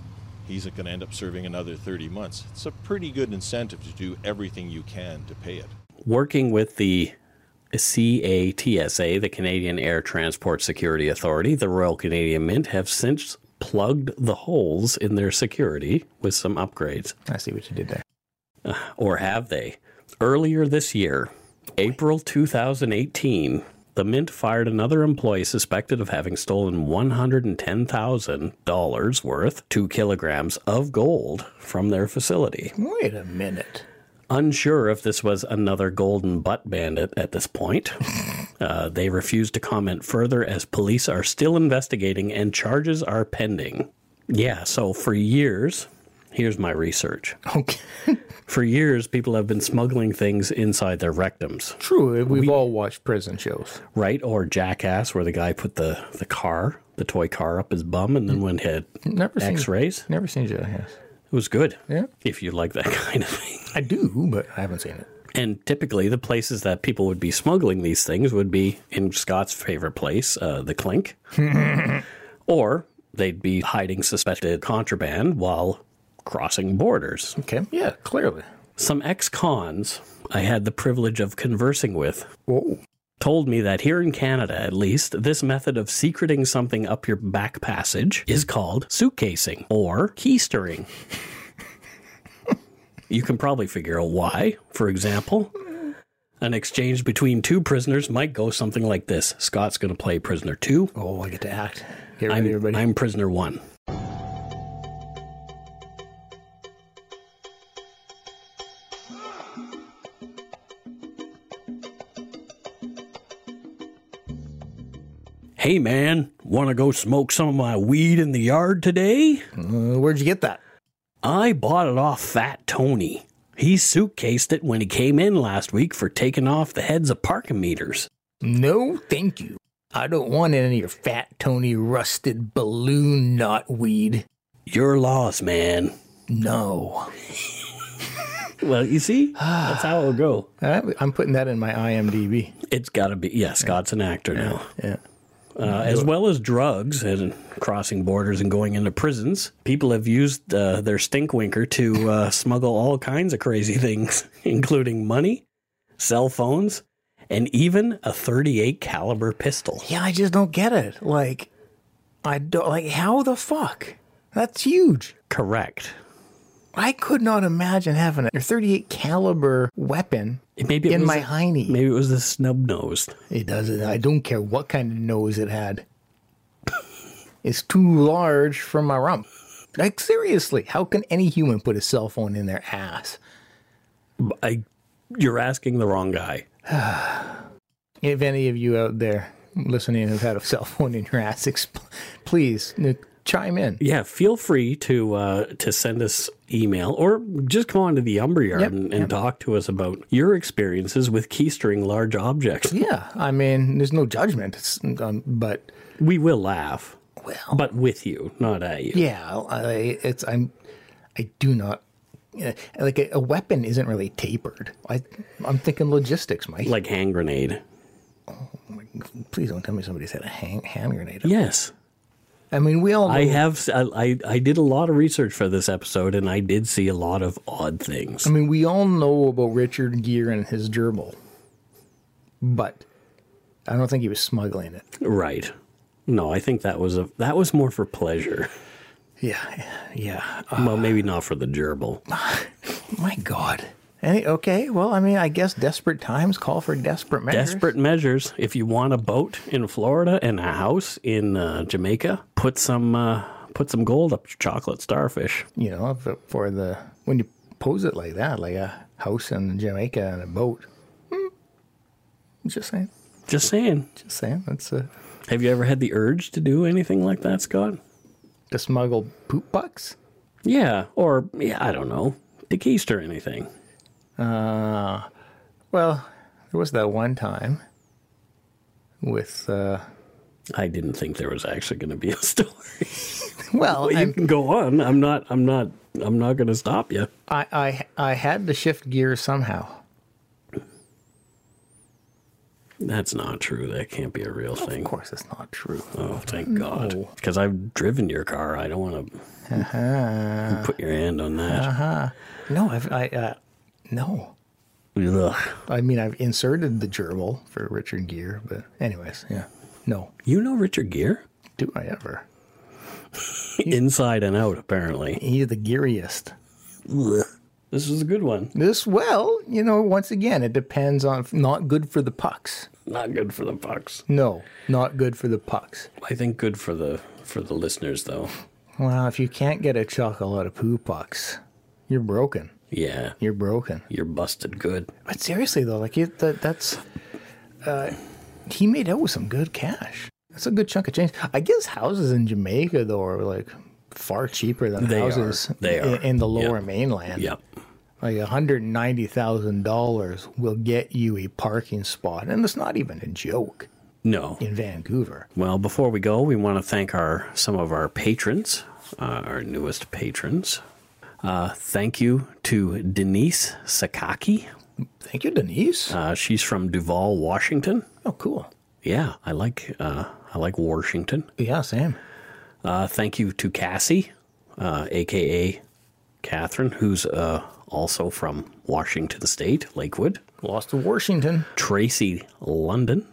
Speaker 6: he's going to end up serving another 30 months. It's a pretty good incentive to do everything you can to pay it.
Speaker 2: working with the CATSA, the Canadian Air Transport Security Authority, the Royal Canadian Mint have since plugged the holes in their security with some upgrades.
Speaker 3: I see what you did there.
Speaker 2: Or have they? Earlier this year, April 2018, the Mint fired another employee suspected of having stolen $110,000 worth, two kilograms of gold from their facility.
Speaker 3: Wait a minute.
Speaker 2: Unsure if this was another golden butt bandit at this point, uh, they refused to comment further as police are still investigating and charges are pending. Yeah, so for years, here's my research.
Speaker 3: Okay.
Speaker 2: For years, people have been smuggling things inside their rectums,
Speaker 3: True. We've all watched prison shows.
Speaker 2: right? Or Jackass, where the guy put the, the car, the toy car, up his bum and then went head.
Speaker 3: Never seen
Speaker 2: X-rays?
Speaker 3: Never seen Jackass.
Speaker 2: It was good.
Speaker 3: Mm. Yeah.
Speaker 2: If you like that kind of thing.
Speaker 3: I do, but I haven't seen it.
Speaker 2: And typically, the places that people would be smuggling these things would be in Scott's favorite place, uh, the Clink, or they'd be hiding suspected contraband while crossing borders.
Speaker 3: Okay. Yeah, clearly.
Speaker 2: Some ex cons I had the privilege of conversing with
Speaker 3: Whoa.
Speaker 2: told me that here in Canada, at least, this method of secreting something up your back passage is called suitcasing or keystering. you can probably figure out why. For example, an exchange between two prisoners might go something like this Scott's going to play prisoner two.
Speaker 3: Oh, I get to act. Get ready,
Speaker 2: I'm,
Speaker 3: everybody.
Speaker 2: I'm prisoner one. Hey man, want to go smoke some of my weed in the yard today?
Speaker 3: Uh, where'd you get that?
Speaker 2: I bought it off Fat Tony. He suitcased it when he came in last week for taking off the heads of parking meters.
Speaker 3: No, thank you. I don't want any of your fat Tony rusted balloon knot weed.
Speaker 2: Your loss, man.
Speaker 3: No.
Speaker 2: Well, you see, that's how it'll go.
Speaker 3: Uh, I'm putting that in my IMDb.
Speaker 2: It's got to be. Yeah, Scott's an actor now.
Speaker 3: Yeah.
Speaker 2: Uh, as well as drugs and crossing borders and going into prisons, people have used uh, their stink winker to uh, smuggle all kinds of crazy things, including money, cell phones, and even a 38 caliber pistol.
Speaker 3: Yeah, I just don't get it. Like, I don't, like, how the fuck? That's huge.
Speaker 2: Correct.
Speaker 3: I could not imagine having a 38 caliber weapon
Speaker 2: Maybe it
Speaker 3: in
Speaker 2: was
Speaker 3: my
Speaker 2: a-
Speaker 3: hiney.
Speaker 2: Maybe it was the snub nosed.
Speaker 3: It doesn't. I don't care what kind of nose it had. it's too large for my rump. Like seriously, how can any human put a cell phone in their ass?
Speaker 2: I, you're asking the wrong guy.
Speaker 3: If any of you out there listening have had a cell phone in your ass, exp- please n- chime in.
Speaker 2: yeah, feel free to uh, to send us email or just come on to the Umber Yard
Speaker 3: Yep,
Speaker 2: and, and talk to us about your experiences with keystering large objects.
Speaker 3: Yeah, I mean, there's no judgment, it's, um, but
Speaker 2: We will laugh,
Speaker 3: well,
Speaker 2: but with you, not at you.
Speaker 3: yeah, I, it's I'm, I do not. yeah, Like a, a weapon isn't really tapered. I, I'm thinking logistics, Mike.
Speaker 2: Like hand grenade.
Speaker 3: Please don't tell me somebody's had a hang, hand grenade.
Speaker 2: Yes,
Speaker 3: I mean, we all know
Speaker 2: I have. I, I I did a lot of research for this episode, and I did see a lot of odd things.
Speaker 3: I mean, we all know about Richard Gere and his gerbil, but I don't think he was smuggling it.
Speaker 2: Right. No, I think that was a that was more for pleasure.
Speaker 3: Yeah, yeah. Uh,
Speaker 2: well, maybe not for the gerbil.
Speaker 3: my God. Any, okay, well, I mean, I guess desperate times call for desperate measures.
Speaker 2: desperate measures. If you want a boat in Florida and a house in uh, Jamaica, put some uh, put some gold up your chocolate starfish.
Speaker 3: you know, for, for the when you pose it like that, like a house in Jamaica and a boat. Hmm. Just saying.
Speaker 2: Just saying.
Speaker 3: Just saying. That's uh,
Speaker 2: Have you ever had the urge to do anything like that, Scott?
Speaker 3: to smuggle poop bucks.
Speaker 2: Yeah, or yeah, I don't know, to geist or anything.
Speaker 3: Well, there was that one time with. Uh,
Speaker 2: I didn't think there was actually going to be a story.
Speaker 3: well,
Speaker 2: But you
Speaker 3: I'm-
Speaker 2: can go on. I'm not. I'm not. I'm not going to stop you.
Speaker 3: I, I I had to shift gears somehow.
Speaker 2: That's not true. That can't be a real
Speaker 3: Of
Speaker 2: thing.
Speaker 3: course, it's not true.
Speaker 2: Oh, thank God. Because I've driven your car. I don't want to
Speaker 3: Uh,
Speaker 2: put your hand on that.
Speaker 3: no, I've, I uh, no. Uh-huh.
Speaker 2: Ugh.
Speaker 3: I mean, I've inserted the gerbil for Richard Gere, but anyways, yeah. No,
Speaker 2: You know Richard Gere?
Speaker 3: do I ever?
Speaker 2: Inside and out, apparently.
Speaker 3: He's the geariest.
Speaker 2: Ugh. This is a good one.
Speaker 3: This well, you know, once again, it depends on not good for the pucks.
Speaker 2: Not good for the pucks.
Speaker 3: No, not good for the pucks.
Speaker 2: I think good for the for the listeners though.
Speaker 3: Well, if you can't get a chuckle out of poo pucks, you're broken.
Speaker 2: Yeah.
Speaker 3: You're broken.
Speaker 2: You're busted good.
Speaker 3: But seriously though, like it, that, that's uh, he made out with some good cash. That's a good chunk of change. I guess houses in Jamaica though are like far cheaper than
Speaker 2: They are.
Speaker 3: houses
Speaker 2: They
Speaker 3: in,
Speaker 2: are.
Speaker 3: in the lower
Speaker 2: Yeah.
Speaker 3: mainland.
Speaker 2: Yep.
Speaker 3: Like hundred ninety thousand dollars will get you a parking spot, and it's not even a joke
Speaker 2: No.
Speaker 3: in Vancouver.
Speaker 2: Well, before we go, we want to thank our some of our patrons, uh, our newest patrons. Uh, thank you to Denise Sakaki.
Speaker 3: Thank you, Denise.
Speaker 2: Uh, she's from Duval, Washington.
Speaker 3: oh, cool.
Speaker 2: Yeah, I like uh, I like Washington.
Speaker 3: Yeah, Sam.
Speaker 2: Uh, thank you to Cassie, uh, aka Catherine, who's uh, also from Washington State, Lakewood.
Speaker 3: Lost to Washington.
Speaker 2: Tracy London.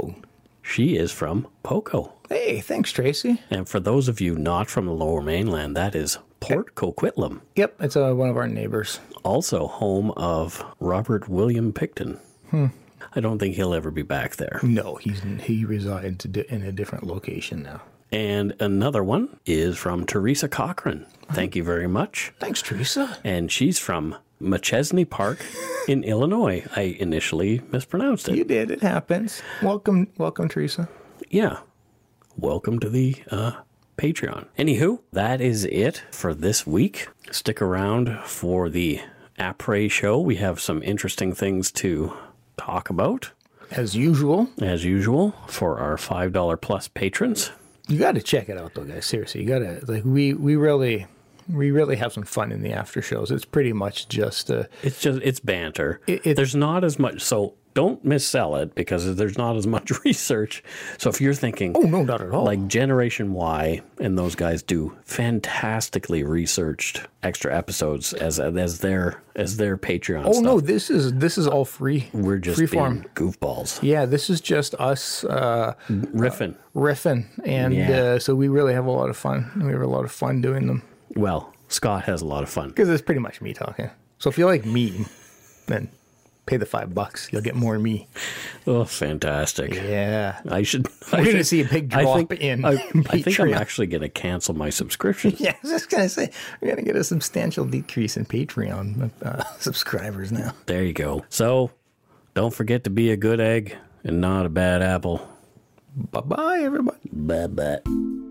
Speaker 2: Oh, she is from Poco.
Speaker 3: Hey, thanks, Tracy.
Speaker 2: And for those of you not from the Lower Mainland, that is Port Coquitlam,
Speaker 3: Yep, it's uh, one of our neighbors.
Speaker 2: also home of Robert William Picton. I don't think he'll ever be back there.
Speaker 3: No, he's he resides di- in a different location now.
Speaker 2: And another one is from Teresa Cochran. Thank you very much.
Speaker 3: Thanks, Teresa.
Speaker 2: And she's from McChesney Park in Illinois. I initially mispronounced it.
Speaker 3: You did. It happens. Welcome, welcome, Teresa.
Speaker 2: yeah, welcome to the uh, Patreon. Anywho, that is it for this week. Stick around for the après show. We have some interesting things to talk about,
Speaker 3: As usual,
Speaker 2: as usual, for our $5 plus patrons.
Speaker 3: you got to check it out, though, guys. Seriously, you got to like we we really we really have some fun in the after shows. It's pretty much just uh
Speaker 2: It's just, it's banter.
Speaker 3: It- it-
Speaker 2: there's not as much, so don't missell it because there's not as much research. So if you're thinking,
Speaker 3: oh no, not at all.
Speaker 2: like Generation Y and those guys do fantastically researched extra episodes as as their as their Patreon.
Speaker 3: oh
Speaker 2: stuff.
Speaker 3: no, this is this is all free.
Speaker 2: we're just
Speaker 3: free
Speaker 2: being
Speaker 3: form.
Speaker 2: goofballs
Speaker 3: Yeah, this is just us uh,
Speaker 2: riffing.
Speaker 3: riffing, and
Speaker 2: Yeah.
Speaker 3: uh, so we really have a lot of fun. We have a lot of fun doing them
Speaker 2: Well, Scott has a lot of fun.
Speaker 3: because it's pretty much me talking. So if you like me, then pay the five bucks. You'll get more me.
Speaker 2: Oh, fantastic!
Speaker 3: Yeah.
Speaker 2: I should.
Speaker 3: We're
Speaker 2: I
Speaker 3: gonna
Speaker 2: should-
Speaker 3: see a big
Speaker 2: I
Speaker 3: drop
Speaker 2: think-
Speaker 3: in
Speaker 2: I, I think I'm
Speaker 3: Patreon.
Speaker 2: actually going to cancel my subscription.
Speaker 3: Yeah, I was just gonna say we're gonna get a substantial decrease in Patreon uh, subscribers now.
Speaker 2: There you go. So, don't forget to be a good egg and not a bad apple.
Speaker 3: Bye bye, everybody.
Speaker 2: Bye bye.